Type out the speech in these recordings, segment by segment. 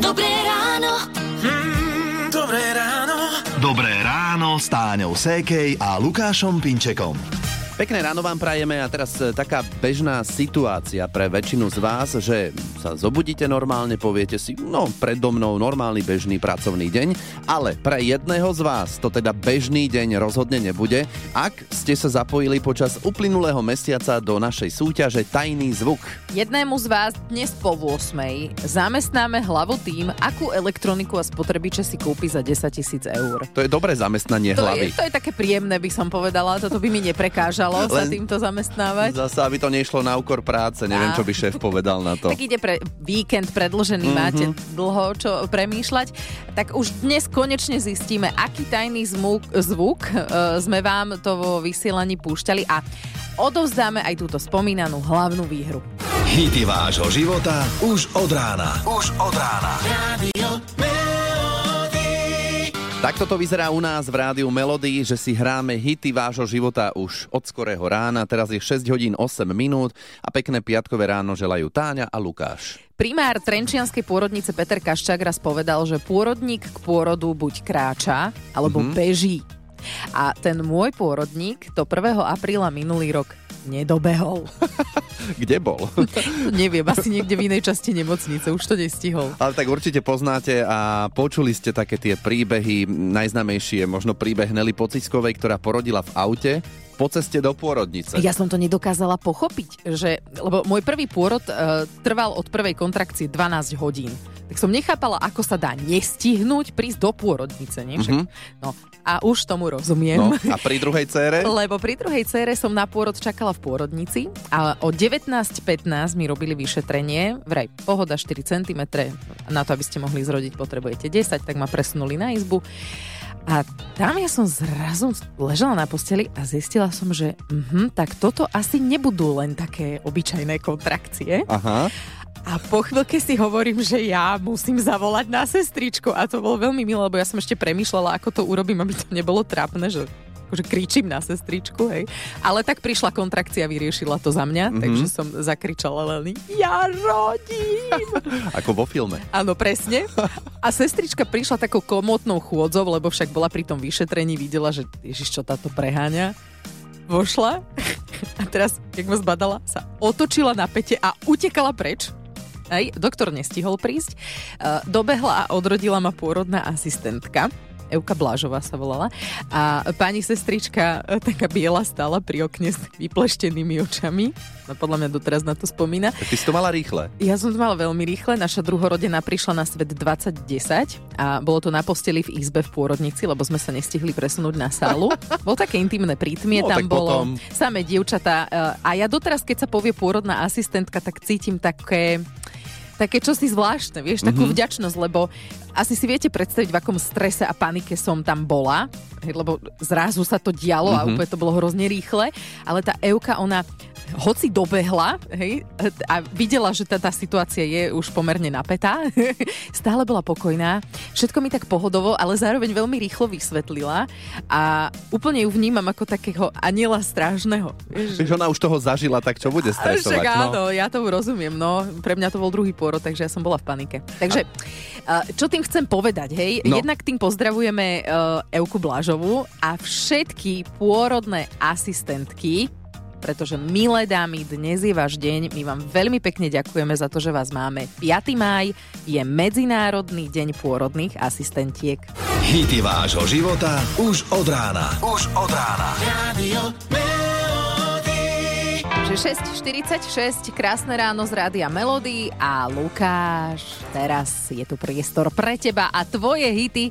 Dobré ráno. Mm, dobré ráno. Dobré ráno s Táňou Sékej a Lukášom Pinčekom. Pekné ráno vám prajeme a teraz e, taká bežná situácia pre väčšinu z vás, že sa zobudíte normálne, poviete si, no predo mnou normálny bežný pracovný deň, ale pre jedného z vás to teda bežný deň rozhodne nebude, ak ste sa zapojili počas uplynulého mesiaca do našej súťaže Tajný zvuk. Jednému z vás dnes po 8. zamestnáme hlavu tým, akú elektroniku a spotrebiče si kúpi za 10 tisíc eur. To je dobré zamestnanie To hlavy. je, to je také príjemné, by som povedala. Toto by mi neprekážalo sa Len- týmto zamestnávať. Zase, aby to nešlo na úkor práce, Á. neviem, čo by šéf povedal na to. Tak ide pre víkend predlžený, Mhm. mm-hmm. máte dlho čo premýšľať. Tak už dnes konečne zistíme, aký tajný zmuk, zvuk e, sme vám to vo vysielaní púšťali a odovzdáme aj túto spomínanú hlavnú výhru. Hity vášho života už od rána. Už od rána. Takto to vyzerá u nás v rádiu Melody, že si hráme hity vášho života už od skorého rána. Teraz je 6 hodín 8 minút a pekné piatkové ráno želajú Táňa a Lukáš. Primár Trenčianskej pôrodnice Peter Kaščák raz povedal, že pôrodník k pôrodu buď kráča, alebo mm-hmm. beží. A ten môj pôrodník to 1. apríla minulý rok nedobehol. Kde bol? Neviem, asi niekde v inej časti nemocnice, už to nestihol. Ale tak určite poznáte a počuli ste také tie príbehy. Najznamejší je možno príbeh Nelly Pociskovej, ktorá porodila v aute po ceste do pôrodnice. Ja som to nedokázala pochopiť, že, lebo môj prvý pôrod e, trval od prvej kontrakcie 12 hodín. Tak som nechápala, ako sa dá nestihnúť prísť do pôrodnice, nie? Však, no, a už tomu rozumiem. Mhm. No, a pri druhej cére? Lebo pri druhej cére som na pôrod čakala v pôrodnici a o 19.15 mi robili vyšetrenie, vraj pohoda 4 cm, na to, aby ste mohli zrodiť, potrebujete 10, tak ma presunuli na izbu. A tam ja som zrazu ležela na posteli a zistila som, že mhm, tak toto asi nebudú len také obyčajné kontrakcie. Aha. A po chvíľke si hovorím, že ja musím zavolať na sestričku. A to bolo veľmi milé, lebo ja som ešte premýšľala, ako to urobím, aby to nebolo trápne, že akože kričím na sestričku, hej. Ale tak prišla kontrakcia, vyriešila to za mňa, mm-hmm. takže som zakričala len ja rodím. Ako vo filme. Áno, presne. A sestrička prišla takou komotnou chôdzou, lebo však bola pri tom vyšetrení, videla, že ježiš, čo táto preháňa. Vošla a teraz, keď ma zbadala, sa otočila na pete a utekala preč. Aj, doktor nestihol prísť. Eh, Dobehla a odrodila ma pôrodná asistentka. Euka Blážová sa volala. A pani sestrička, e, taká biela, stála pri okne s vypleštenými očami. No podľa mňa doteraz na to spomína. Tak ty si to mala rýchle. Ja som to mala veľmi rýchle. Naša druhorodená prišla na svet 2010 a bolo to na posteli v izbe v pôrodnici, lebo sme sa nestihli presunúť na sálu. Bolo také intimné prítmie, No, tam tak bolo potom. samé dievčatá. e, A ja doteraz, keď sa povie pôrodná asistentka, tak cítim také také čosi zvláštne, vieš, takú mm-hmm. Mhm. vďačnosť, lebo asi si viete predstaviť, v akom strese a panike som tam bola, hej, lebo zrazu sa to dialo Mhm. mm-hmm. a úplne to bolo hrozne rýchle, ale tá Euka, ona hoci dobehla hej, a videla, že tá, tá situácia je už pomerne napätá, stále bola pokojná, všetko mi tak pohodovo, ale zároveň veľmi rýchlo vysvetlila a úplne ju vnímam ako takého aniela strážneho. Vieš, Vieš, ona už toho zažila, tak čo bude stresovať? však no? áno, ja tomu rozumiem, no. Pre mňa to bol druhý pôrod, takže ja som bola v panike. Takže, a... čo tým chcem povedať, hej? No. No. Jednak tým pozdravujeme uh, Euku Blážovú a všetky pôrodné asistentky, pretože milé dámy, dnes je váš deň. My vám veľmi pekne ďakujeme za to, že vás máme. 5. máj je Medzinárodný deň pôrodných asistentiek. Hity vášho života už od rána. Už od rána. Že 6.46, krásne ráno z Rádia Melody a Lukáš, teraz je tu priestor pre teba a tvoje hity, e,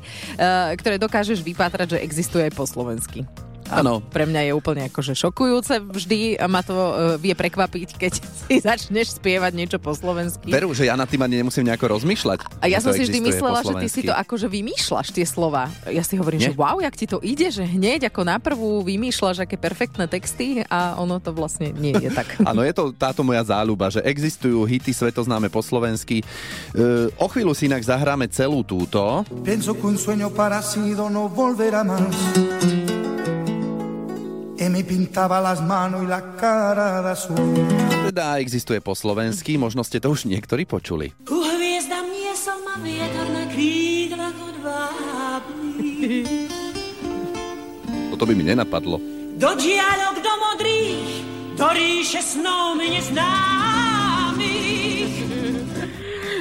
ktoré dokážeš vypátrať, že existuje aj po slovensky. Áno. Pre mňa je úplne akože šokujúce, vždy ma to e, vie prekvapiť, keď si začneš spievať niečo po slovensky. Veru, že ja nad tým ani nemusím nejako rozmýšľať. a ja že to som si vždy existuje myslela, po že ty si to slovensky. akože vymýšľaš tie slova. Ja si hovorím, Nie? Nie? že wow, jak ti to ide, že hneď ako na prvú vymýšľaš aké perfektné texty a ono to vlastne nie je tak. Áno, je to táto moja záľuba, že existujú hity svetoznáme po slovensky. E, o chvíľu si inak zahráme celú túto. Pienso que un sueño parecido no volverá más. Y me pintaba las manos y la cara de azul. Teda existuje po slovensky, možno ste to už niektorí počuli. U hviezd vietor na krídlach odvábný. Toto by mi nenapadlo. Do dialog, do modrých, do ríše snou mi neznámych.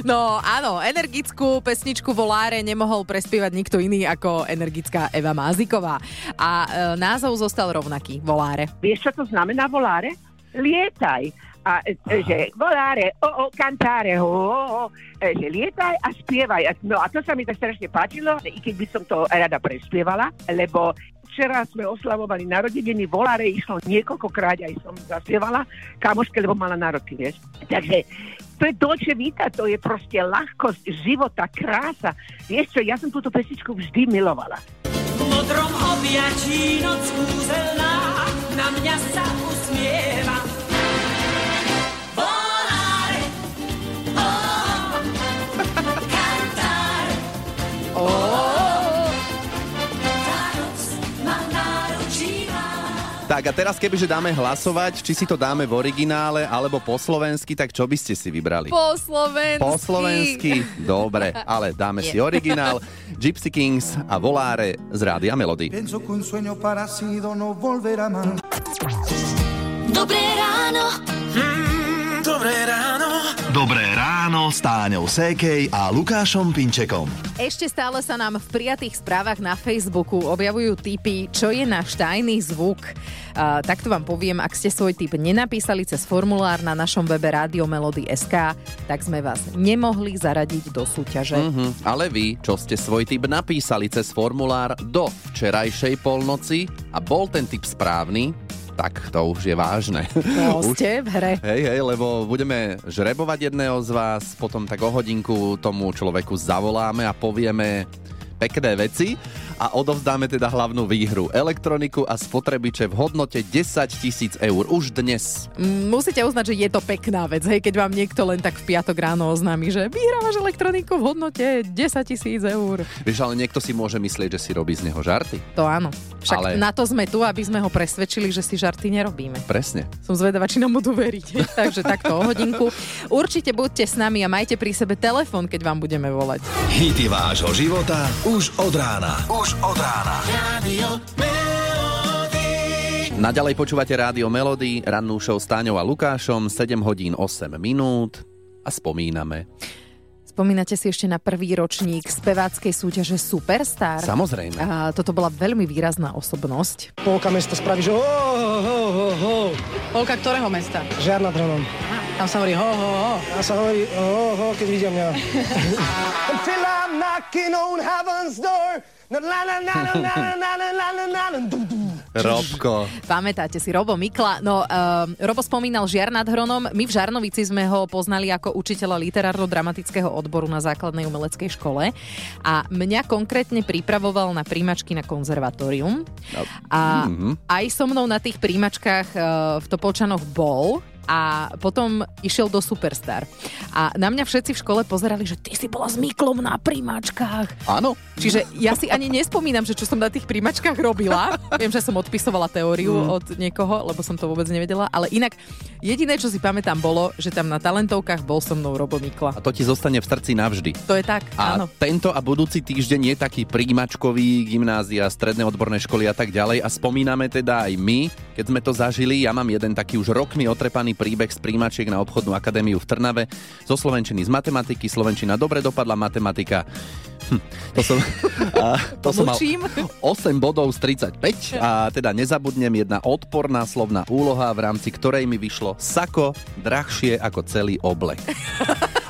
No áno, energickú pesničku Voláre nemohol prespievať nikto iný ako energická Eva Máziková. A e, názov zostal rovnaký, Voláre. Vieš, čo to znamená voláre? Lietaj. A e, e, že voláre, o, o, kantare, ho, ho, ho, e, že lietaj a spievaj. A- No a to sa mi tak strašne páčilo, i keď by som to rada prespievala, lebo včera sme oslavovali narodeniny, voláre išlo niekoľkokrát, aj som zaspievala kamoške, lebo mala nároky, vieš. Takže to je Dolce Vita, to je proste ľahkosť života, krása. Vieš čo, ja som túto pesničku vždy milovala. V modrom objatí noc kúzelná na mňa sa usmieva. Volare, o, kantare, o, tá noc ma náručíva. Tak a teraz kebyže dáme hlasovať, či si to dáme v originále alebo po slovensky, tak čo by ste si vybrali? Po slovensky. Po slovensky? Dobre, ale dáme si Nie. originál. Gypsy Kings a Voláre z Rádia Melody. Pienso que un sueño parecido no volverá más. Dobré ráno. Mm, dobré ráno. Dobré ráno s Táňou Sékej a Lukášom Pinčekom. Ešte stále sa nám v prijatých správach na Facebooku objavujú typy, čo je náš tajný zvuk. Uh, takto vám poviem, ak ste svoj typ nenapísali cez formulár na našom webe SK, tak sme vás nemohli zaradiť do súťaže. Mm. Mhm, ale vy, čo ste svoj typ napísali cez formulár do včerajšej polnoci a bol ten typ správny, tak to už je vážne. No, Už ste v hre. Hej, hej, lebo budeme žrebovať jedného z vás, potom tak o hodinku tomu človeku zavoláme a povieme pekné veci a odovzdáme teda hlavnú výhru. Elektroniku a spotrebiče v hodnote 10 tisíc eur už dnes. Mm, Musíte uznať, že je to pekná vec, hej, keď vám niekto len tak v piatok ráno oznámi, že vyhrávaš elektroniku v hodnote 10 tisíc eur. Vieš, ale niekto si môže myslieť, že si robí z neho žarty. To áno. Však Ale- Ale... na to sme tu, aby sme ho presvedčili, že si žarty nerobíme. Presne. Som zvedavá, či nám budú veriť. Takže takto o hodinku. Určite buďte s nami a majte pri sebe telefón, keď vám budeme volať. Hity vášho života už od rána. Už od rána. Radio Melody. Naďalej počúvate rádio Melody, rannú show s Táňou a Lukášom, 7 hodín 8 minút a spomíname. Spomínate si ešte na prvý ročník speváckej súťaže Superstar? Samozrejme. A toto bola veľmi výrazná osobnosť. Polka mesta spraví, že ho, ho, ho, ho, Polka ktorého mesta? žiar nad hronom. Tam sa hovorí ho, ho, ho. A sa hovorí ho, ho, keď vidia mňa. Until I'm knocking on heaven's door. Na, na, na, na, na, na, na, na, na, na, na, na. Dum, dum. Robko. Pamätáte si Robo Mikla? No, uh, Robo spomínal Žiar nad Hronom. My v Žarnovici sme ho poznali ako učiteľa literárno-dramatického odboru na základnej umeleckej škole. A mňa konkrétne pripravoval na príjmačky na konzervatórium. A aj so mnou na tých príjimačkách eh, v Topolčanoch bol a potom išiel do Superstar. A na mňa všetci v škole pozerali, že ty si bola s Miklom na príjimačkách. Áno. Čiže ja si ani nespomínam, že čo som na tých príjimačkách robila. Viem, že som odpisovala teóriu mm. od niekoho, lebo som to vôbec nevedela. Ale inak jediné, čo si pamätám, bolo, že tam na talentovkách bol so mnou Robo Mikla. A to ti zostane v srdci navždy. To je tak, A áno. tento a budúci týždeň je taký príjimačkový, gymnázia, stredné odborné školy a tak ďalej. A spomíname teda aj my, keď sme to zažili. Ja mám jeden taký už rokmi otrepaný príbeh z príjimačiek na obchodnú akadémiu v Trnave. Zo Slovenčiny z matematiky. Slovenčina dobre dopadla, matematika... Hm, to som, a, to som mal Mlčím. 8 bodov z 35 a teda nezabudnem jedna odporná slovná úloha, v rámci ktorej mi vyšlo sako drahšie ako celý oblek.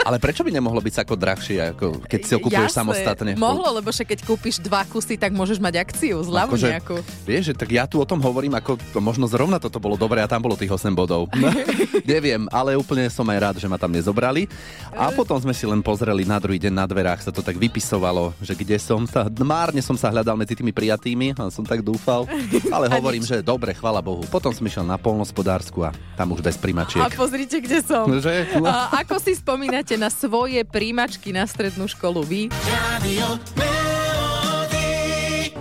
Ale prečo by nemohlo byť sako drahšie, ako keď si ho kupuješ Jasné, samostatne? Mohlo, lebo však keď kúpiš dva kusy, tak môžeš mať akciu, zľavu Akože, nejakú. Vieš, že tak ja tu o tom hovorím, ako to možno zrovna toto bolo dobre a tam bolo tých 8 bodov. No, Neviem, ale úplne som aj rád, že ma tam nezobrali. A potom sme si len pozreli na druhý deň na dverách, sa to tak vypisovalo, že kde som sa, márne som sa hľadal medzi tými prijatými, a som tak dúfal. Ale A hovorím, že dobre, chvala Bohu. Potom som išiel na polnospodársku a tam už bez primačiek. A pozrite, kde som. No, Že? A ako si spomínate na svoje príjimačky na strednú školu vy? Radio Melody.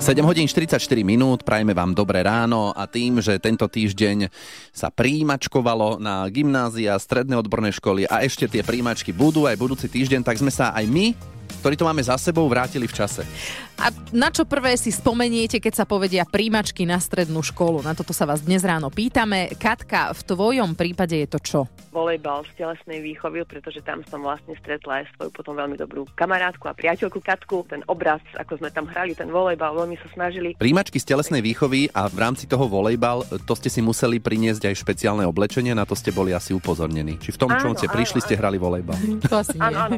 7 hodín 44 minút, prajeme vám dobré ráno a tým, že tento týždeň sa príjimačkovalo na gymnázia, stredné odborné školy a ešte tie príjimačky budú aj budúci týždeň, tak sme sa aj my ktorý tu máme za sebou, vrátili v čase. A na čo prvé si spomeniete, keď sa povedia príjmačky na strednú školu? Na toto sa vás dnes ráno pýtame. Katka, v tvojom prípade je to čo? volejbal z telesnej výchovy, pretože tam som vlastne stretla aj svoju potom veľmi dobrú kamarátku a priateľku Katku. Ten obraz, ako sme tam hrali, ten volejbal, veľmi sa snažili. Príjimačky z telesnej výchovy a v rámci toho volejbal, to ste si museli priniesť aj špeciálne oblečenie, na to ste boli asi upozornení. Či v tom, čo Áno, ste áno, prišli, ste hrali volejbal. To asi nie. Áno, áno.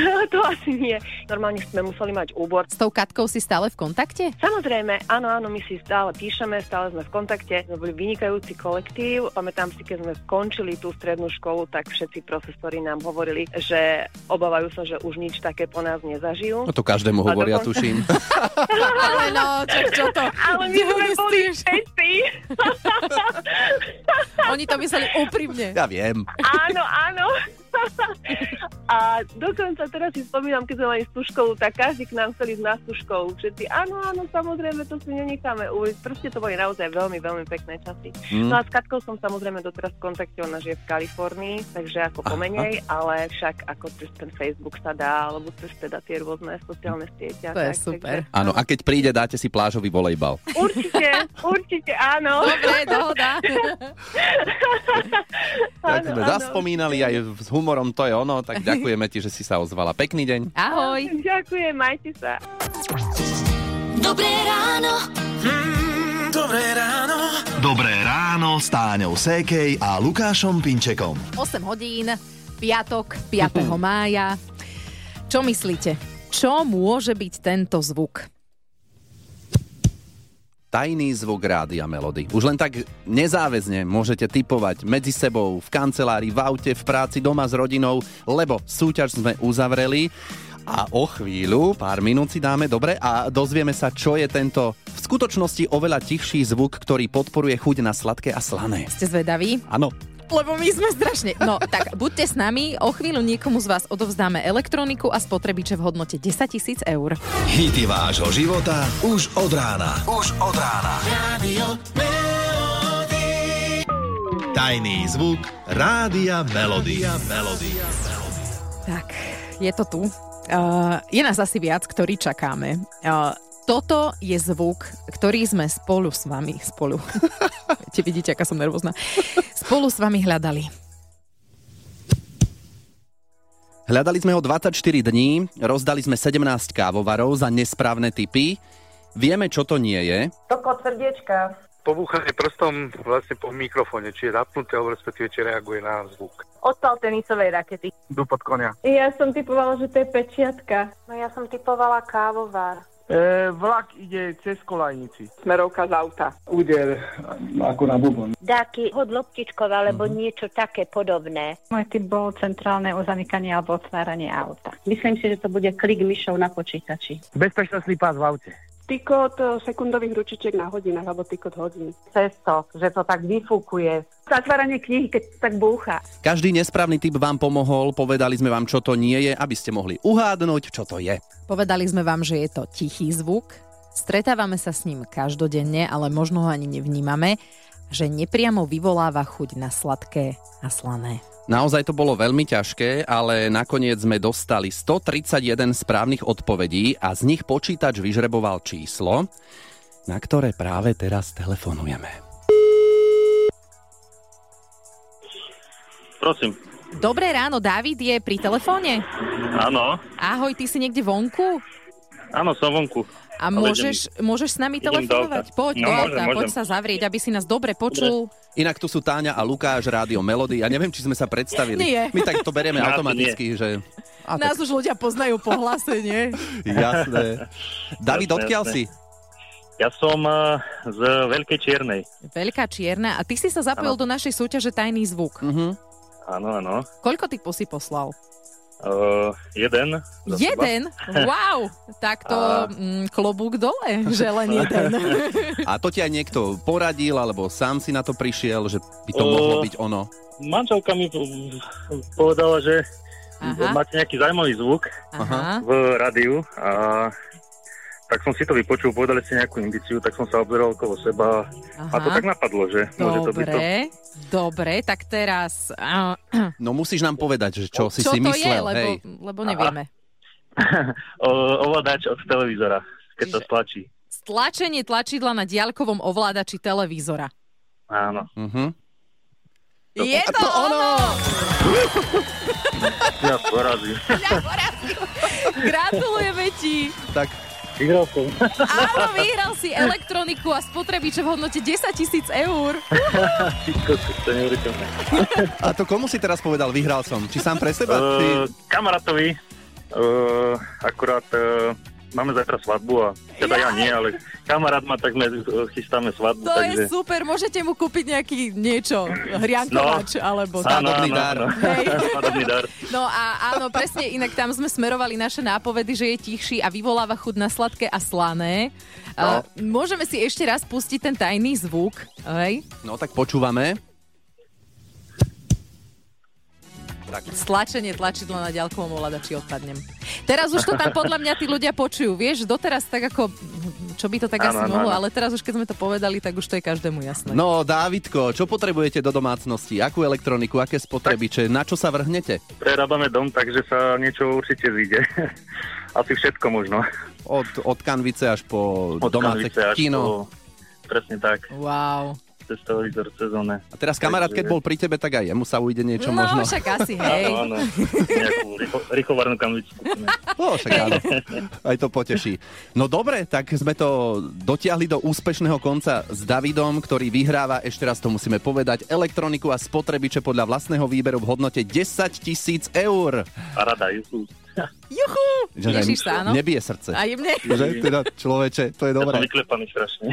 to asi nie. Normálne sme museli mať úbor. S tou Katkou si stále v kontakte? Samozrejme, áno, áno, my si stále píšeme, stále sme v kontakte. Sme boli vynikajúci kolektív. Pamätám si, keď sme končili tú strednú školu, tak všetci profesori nám hovorili, že obávajú sa, že už nič také po nás nezažijú. No to každému A hovoria, dokonca- tuším. Ale no, čo, čo to? Ale my sme Ľudia s boli tým, že- všetci. Oni to mysleli úprimne. Ja viem. Áno, áno. A dokonca teraz si spomínam, keď sme mali tú školu, tak každý k nám chcel ísť na tú školu. Všetci, áno, áno, samozrejme, to si nenecháme ujsť. Proste to boli naozaj veľmi, veľmi pekné časy. Hm. No a s Katkou som samozrejme doteraz v kontakte, ona žije v Kalifornii, takže ako Aha. pomenej, ale však ako cez ten Facebook sa dá, alebo cez teda tie rôzne sociálne siete. a To je tak, super. Takže, Áno, a keď príde, dáte si plážový volejbal. určite, určite, áno. Dobre, dohoda. Tak Áno, sme áno. zaspomínali aj s humorom, to je ono, tak ďakujeme ti, že si sa ozvala. Pekný deň. Ahoj. Ďakujem, majte sa. Dobré ráno. Mm, dobré ráno. Dobré ráno s Táňou Sékej a Lukášom Pinčekom. 8 hodín, piatok, 5. mája. Čo myslíte? Čo môže byť tento zvuk? Tajný zvuk rádia Melody. Už len tak nezáväzne môžete typovať medzi sebou, v kancelárii, v aute, v práci, doma s rodinou, lebo súťaž sme uzavreli a o chvíľu, pár minút si dáme, dobre, a dozvieme sa, čo je tento v skutočnosti oveľa tichší zvuk, ktorý podporuje chuť na sladké a slané. Ste zvedaví? Áno, Lebo my sme strašne... No, tak buďte s nami. O chvíľu niekomu z vás odovzdáme elektroniku a spotrebiče v hodnote 10 tisíc eur. Hity vášho života už od rána. Už od rána. Radio Melody. Tajný zvuk rádia Melody. Melody. Tak, je to tu. Uh, je nás asi viac, ktorí čakáme. Uh, toto je zvuk, ktorý sme spolu s vami, spolu. Te vidíte, aká som nervózna. Spolu s vami hľadali. Hľadali sme ho 24 dní, rozdali sme 17 kávovarov za nesprávne typy. Vieme, čo to nie je. pobúchanie prstom vlastne po mikrofóne, či je zapnuté, alebo respektíve, či reaguje na zvuk. Odpal tenisovej rakety. Dupot konia. Ja som typovala, že to je pečiatka. No ja som typovala kávovár. E, vlak ide cez kolajnici. Smerovka z auta. Úder ako na bubon. Dáky hodloptičkové alebo mm-hmm. niečo také podobné. Môj typ bol centrálne uzamykanie alebo otváranie auta. Myslím si, že to bude klik myšov na počítači. Bezpečnostný pás v aute. Tykot sekundových ručičiek na hodinách, alebo tykot hodín. Cesto, že to tak vyfúkuje. Zatváranie knihy, keď tak búcha. Každý nesprávny typ vám pomohol, povedali sme vám, čo to nie je, aby ste mohli uhádnuť, čo to je. Povedali sme vám, že je to tichý zvuk. Stretávame sa s ním každodenne, ale možno ho ani nevnímame, že nepriamo vyvoláva chuť na sladké a slané. Naozaj to bolo veľmi ťažké, ale nakoniec sme dostali 131 správnych odpovedí a z nich počítač vyžreboval číslo, na ktoré práve teraz telefonujeme. Prosím. Dobré ráno, David je pri telefóne. Áno, Ahoj, ty si niekde vonku? áno, som vonku. A môžeš, môžeš s nami idem do telefonovať? auta. Poď No, do môžem, auta, poď môžem. sa zavrieť, aby si nás dobre počul. Inak tu sú Táňa a Lukáš, Rádio Melody. Ja neviem, či sme sa predstavili. Nie. My tak to berieme Asi automaticky, že... A tak Nás už ľudia poznajú po hlase, nie? Jasné. David, Jasné, odkiaľ jasné. si? Ja som uh, z Veľkej Čiernej. Veľká čierna. A ty si sa zapojil do našej súťaže Tajný zvuk. Mhm. Áno, áno. Koľko typov si poslal? Uh, jeden. za seba. Jeden? Wow! Tak to A- mm, klobúk dole, že len jeden. A to ti aj niekto poradil, alebo sám si na to prišiel, že by to O. mohlo byť ono. Manželka mi po- povedala, že Aha, máte nejaký zaujímavý zvuk aha. v rádiu a tak som si to vypočul, povedali ste nejakú indiciu, tak som sa obzeral okolo seba a to tak aha. napadlo, že môže to byť no. to. Dobre, dobre, tak teraz... a, No musíš nám povedať, že čo si čo si to je, myslel. lebo, hej. lebo nevieme. O- ovládač od televízora, keď sa Čiže- stlačí. Stlačenie tlačidla na diaľkovom ovládači televízora. Áno. Uh-huh. Je to, to ono! Ja porazím. Gratulujeme ti! Tak Vyhral som. Áno, vyhral si elektroniku a spotrebiče v hodnote 10 tisíc eur. Ty kokos, to je neuveriteľné. a to komu si teraz povedal, vyhral som? Či sám pre seba? Ty... Eh, Kamarátovi, eh, akurát eh, máme zajtra svadbu a teda ja nie, ale kamarát ma, tak sme eh, chystáme svadbu, To takže... je super, môžete mu kúpiť nejaký niečo, hriankovač No. alebo tak. Áno, Svadobný áno, dar. áno. Hej. Svadobný dar. No a áno, presne, inak tam sme smerovali naše nápovedy, že je tichší a vyvoláva chud na sladké a slané. No. No. môžeme si ešte raz pustiť ten tajný zvuk, hej? No tak počúvame. Stlačenie tlačidla na ďalkovom ovládači odpadnem. Teraz už to tam podľa mňa tí ľudia počujú, vieš? Doteraz tak ako, čo by to tak Áno, asi áno, mohlo, áno. ale teraz už keď sme to povedali, tak už to je každému jasné. No, Dávidko, čo potrebujete do domácnosti? Akú elektroniku, aké spotrebiče? Na čo sa vrhnete? Prerábame dom, takže sa niečo určite zíde. Asi všetko možno. Od, od kanvice až po Od domáce kanvice až kino. po- Presne tak, Wow. cez televízor, cez oné. A teraz kamarát, keď bol pri tebe, tak aj jemu sa ujde niečo no možno. však asi, hej. Áno, áno. Nejakú rýcho- rýchovarnú kanvicu. No, však áno. Aj to poteší. No dobre, tak sme to dotiahli do úspešného konca s Davidom, ktorý vyhráva, ešte raz to musíme povedať, elektroniku a spotrebiče podľa vlastného výberu v hodnote 10 tisíc eur. A rada, juhu. Juchu! Tešíš sa, áno? Nebije srdce. Aj mne. Že? Teda človeče, to je Ja som dobré. vyklepaný strašne.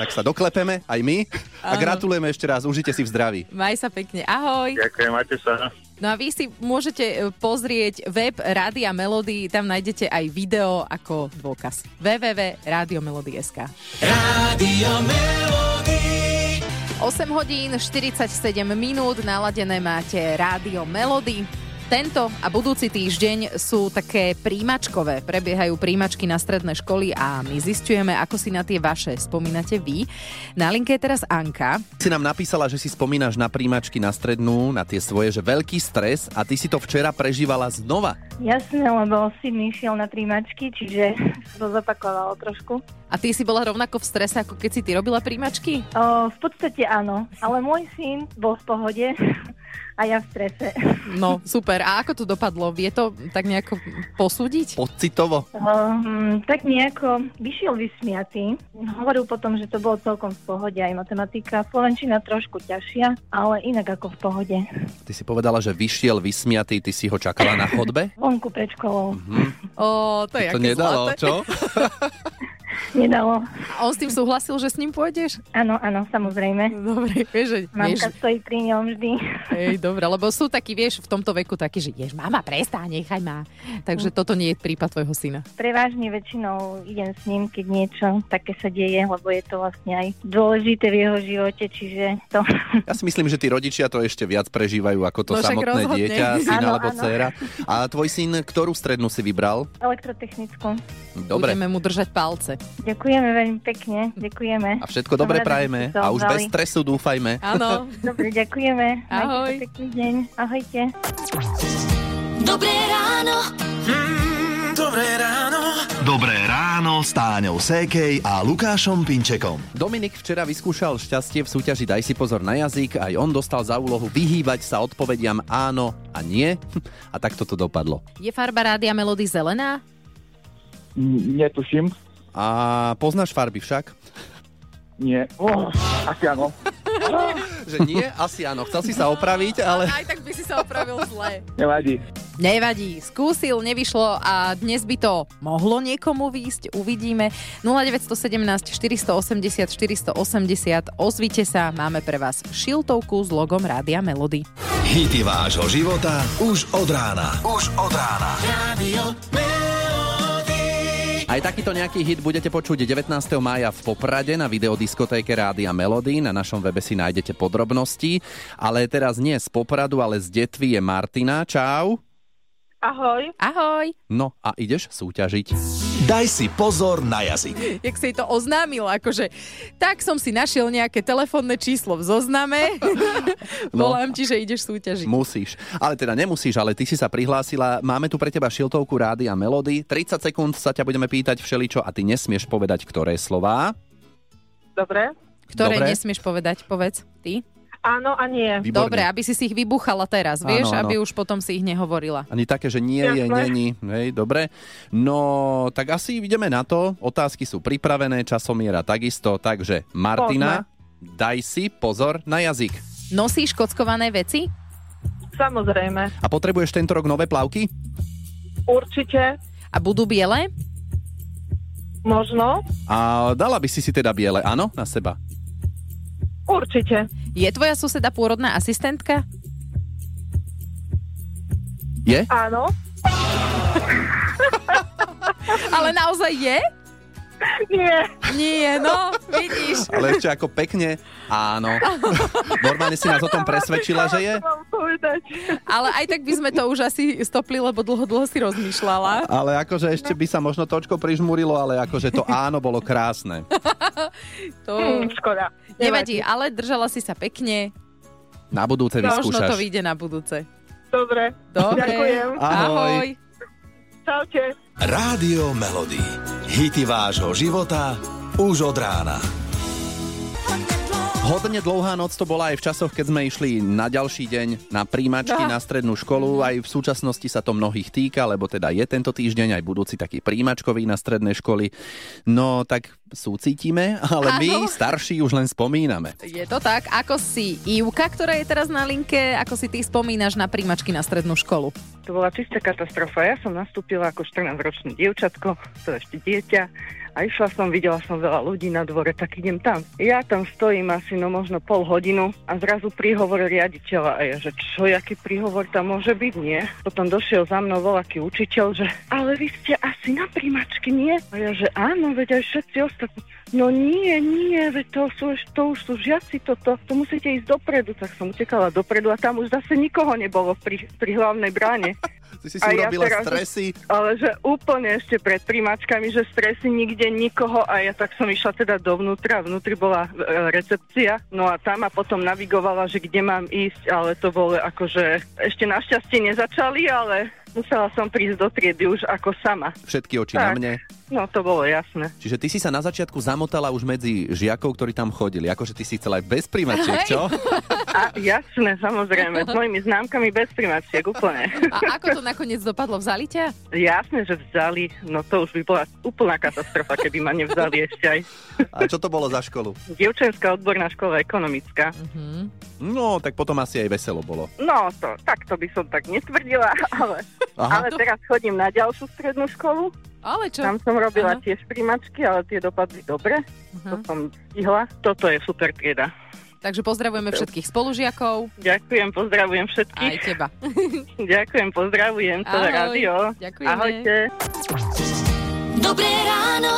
Tak sa doklepeme, aj my. A Áno. gratulujeme ešte raz, užite si v zdraví. Maj sa pekne, ahoj. Ďakujem, majte sa. No a vy si môžete e, pozrieť web Rádia Melody, tam nájdete aj video ako dôkaz. www.radiomelody.sk 8 hodín 47 minút, naladené máte Rádio Melody. Tento a budúci týždeň sú také príjimačkové. Prebiehajú príjimačky na stredné školy a my zistujeme, ako si na tie vaše spomínate vy. Na linke je teraz Anka. Si nám napísala, že si spomínaš na príjmačky na strednú, na tie svoje, že veľký stres a ty si to včera prežívala znova. Jasné, lebo syn išiel na príjmačky, čiže sa to zopakovalo trošku. A ty si bola rovnako v strese, ako keď si ty robila príjimačky? O, v podstate áno, ale môj syn bol v pohode a ja v strese. No, super. A ako to dopadlo? Vie to tak nejako posúdiť? Pocitovo. Um, tak nejako vyšiel vysmiatý. Hovoril potom, že to bolo celkom v pohode, aj matematika. Slovenčina trošku ťažšia, ale inak ako v pohode. Ty si povedala, že vyšiel vysmiatý, ty si ho čakala na chodbe? Vonku pred školou. O, to je to aké nedalo, zlaté. čo? Nedalo. A on s tým súhlasil, že s ním pôjdeš? No, Áno, áno, samozrejme. Dobre, vieš, že... Mamka Vieš, stojí pri ňom vždy. hej, dobre, lebo sú takí, vieš, v tomto veku takí, že jež, mama, prestá, nechaj ma. Takže toto nie je prípad tvojho syna. Prevážne väčšinou idem s ním, keď niečo také sa deje, lebo je to vlastne aj dôležité v jeho živote, čiže to... Ja si myslím, že tí rodičia to ešte viac prežívajú ako to No však samotné rozhodne. dieťa, syn Áno, alebo áno. dcéra. A tvoj syn, ktorú strednú si vybral? Elektrotechnickú. Dobre. Budeme mu držať palce. Ďakujeme veľmi pekne, ďakujeme. A všetko dobre Som rada, že prajeme ste sa a už bez ozvali. stresu dúfajme. Áno. Dobre, ďakujeme. Majte sa Ahoj. Pekný deň. Ahojte. Dobré ráno. Mm, Dobré ráno. Dobré ráno s Táňou Sékej a Lukášom Pinčekom. Dominik včera vyskúšal šťastie v súťaži Daj si pozor na jazyk, aj on dostal za úlohu vyhýbať sa odpovediam áno a nie. A takto to dopadlo. Je farba rádia Melody zelená? Netuším. A poznáš farby však? Nie. Oh, asi áno. Že nie, asi áno. Chcel si sa opraviť, ale... Aj tak by si sa opravil zle. Nevadí. Nevadí, skúsil, nevyšlo a dnes by to mohlo niekomu výjsť, uvidíme. 0917 480 480, ozvite sa, máme pre vás šiltovku s logom Rádia Melody. Hity vášho života už od rána. Už od rána. Radio Melody. Aj takýto nejaký hit budete počuť 19. mája v Poprade na videodiskotéke Rádia Melody. Na našom webe si nájdete podrobnosti. Ale teraz nie z Popradu, ale z Detvy je Martina. Čau. Ahoj. Ahoj. No a ideš súťažiť. Daj si pozor na jazyk. Jak si to oznámil, akože tak som si našiel nejaké telefónne číslo v zozname. No. Volám ti, že ideš súťažiť. Musíš. Ale teda nemusíš, ale ty si sa prihlásila. Máme tu pre teba šiltovku rády a melódy. 30 sekúnd sa ťa budeme pýtať všeličo a ty nesmieš povedať, ktoré slová. Dobre. Ktoré Dobre. nesmieš povedať, povedz ty. Áno a nie. Výborne. Dobre, aby si si ich vybuchala teraz, Áno, vieš, áno. aby už potom si ich nehovorila. Ani také, že nie je, Jasné. není. Hej, dobre. No, tak asi ideme na to. Otázky sú pripravené, časomiera takisto. Takže, Martina, daj si pozor na jazyk. Nosíš kockované veci? Samozrejme. A potrebuješ tento rok nové plavky? Určite. A budú biele? Možno. A dala by si si teda biele, áno, na seba. Určite. Je tvoja suseda pôrodná asistentka? Je? Áno. Ale naozaj je? Nie. Nie, no, vidíš. Ale ešte ako pekne, áno. Normálne si nás o tom presvedčila, že je? Ale aj tak by sme to už asi stopli, lebo dlho, dlho si rozmýšľala. Ale akože ešte by sa možno točko prižmurilo, ale akože to áno bolo krásne. To... Hm, škoda. Mm. Nevadí, ale držala si sa pekne. Na budúce Možno to vyskúšaš. vyjde na budúce. Dobre. Dobre. Ďakujem. Ahoj. Čaute. Rádio Melody. Hity vášho života už od rána. Hodne dlouhá noc to bola aj v časoch, keď sme išli na ďalší deň na príjimačky No. na strednú školu. Mhm. Aj v súčasnosti sa to mnohých týka, lebo teda je tento týždeň aj budúci taký príjimačkový na stredné školy. No tak súcítime, ale my Áno. starší už len spomíname. Je to tak, ako si Ivka, ktorá je teraz na linke, ako si ty spomínaš na príjmačky na strednú školu. To bola čistá katastrofa. Ja som nastúpila ako 14-ročné dievčatko, to ešte dieťa. A išla som, videla som veľa ľudí na dvore, tak idem tam. Ja tam stojím asi no možno pol hodinu a zrazu príhovor riaditeľa a ja, že čo, aký príhovor tam môže byť, nie? Potom došiel za mnou voľaký učiteľ, že ale vy ste asi na príjmačky, nie? A ja, že áno, veď aj všetci ostatní. No nie, nie, veď to, sú, ešte- to už sú žiaci toto, to musíte ísť dopredu. Tak som utekala dopredu a tam už zase nikoho nebolo pri, pri hlavnej bráne. Ty si si A urobila stresy. Ale že úplne ešte pred primačkami, že stresy nikde nikoho a ja tak som išla teda dovnútra, vnútri bola e, recepcia, no a tam ma potom navigovala, že kde mám ísť, ale to bolo akože ešte našťastie nezačali, ale musela som prísť do triedy už ako sama. Všetky oči na Tak. mne. No to bolo jasné. Čiže ty si sa na začiatku zamotala už medzi žiakov, ktorí tam chodili. Akože ty si chcela aj bez príjmačiek, čo? A jasné, samozrejme, s mojimi známkami bez primačiek, úplne. A ako to nakoniec dopadlo? Vzali ťa? Jasné, že vzali, no to už by bola úplná katastrofa, keby ma nevzali ešte aj. A čo to bolo za školu? Dievčenská odborná škola ekonomická. Mhm. No, tak potom asi aj veselo bolo. No, to, tak to by som tak netvrdila, ale, Aha. ale teraz chodím na ďalšiu strednú školu. Ale čo? Tam som robila Aha. tiež primačky, ale tie dopadli dobre. To som stihla. Toto je super trieda. Takže pozdravujeme všetkých spolužiakov. Ďakujem, pozdravujem všetkých. Aj teba. Ďakujem, pozdravujem celé Ahoj. rádio. Ďakujeme. Ahojte. Dobré ráno.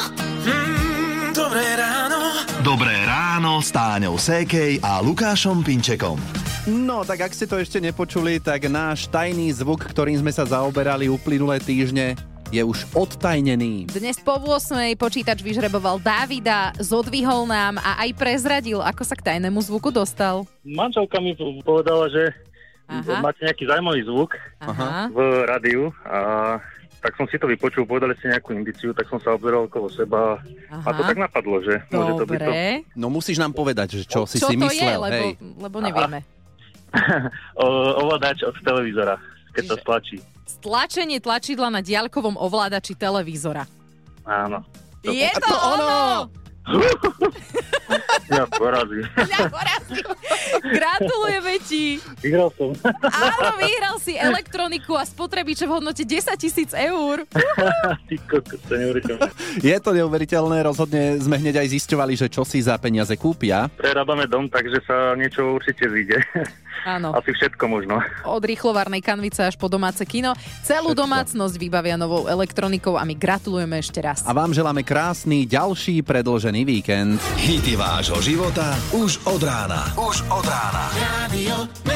Dobré ráno. Dobré ráno s Táňou Sékej a Lukášom Pinčekom. No, tak ak ste to ešte nepočuli, tak náš tajný zvuk, ktorým sme sa zaoberali uplynulé týždne, je už odtajnený. Dnes po 8. počítač vyžreboval Davida, zodvihol nám a aj prezradil, ako sa k tajnému zvuku dostal. Manželka mi povedala, že Aha. máte nejaký zaujímavý zvuk Aha. v rádiu a tak som si to vypočul, povedali ste nejakú indiciu, tak som sa obzeral okolo seba a to Aha. tak napadlo, že môže to byť to. Dobre. No musíš nám povedať, že čo si Čo si to je, myslel. lebo, hej. lebo nevieme. O, ovládač od televízora, keď sa stlačí. Stlačenie tlačidla na diaľkovom ovládači televízora. Áno. Je to ono! Ja porazím. Mňa porazil. Gratulujeme ti. Vyhral som. Áno, vyhral si elektroniku a spotrebiče v hodnote 10 tisíc eur. Ty kokos, to neuveriteľné. Je to neuveriteľné, rozhodne sme hneď aj zisťovali, že čo si za peniaze kúpia. Prerábame dom, takže sa niečo určite zíde. Áno, Asi všetko možno. od rýchlovárnej kanvice až po domáce kino. Celú domácnosť vybavia novou elektronikou a my gratulujeme ešte raz. A vám želáme krásny ďalší predlžený víkend. Hity vášho života už od rána. Už od rána. Rádio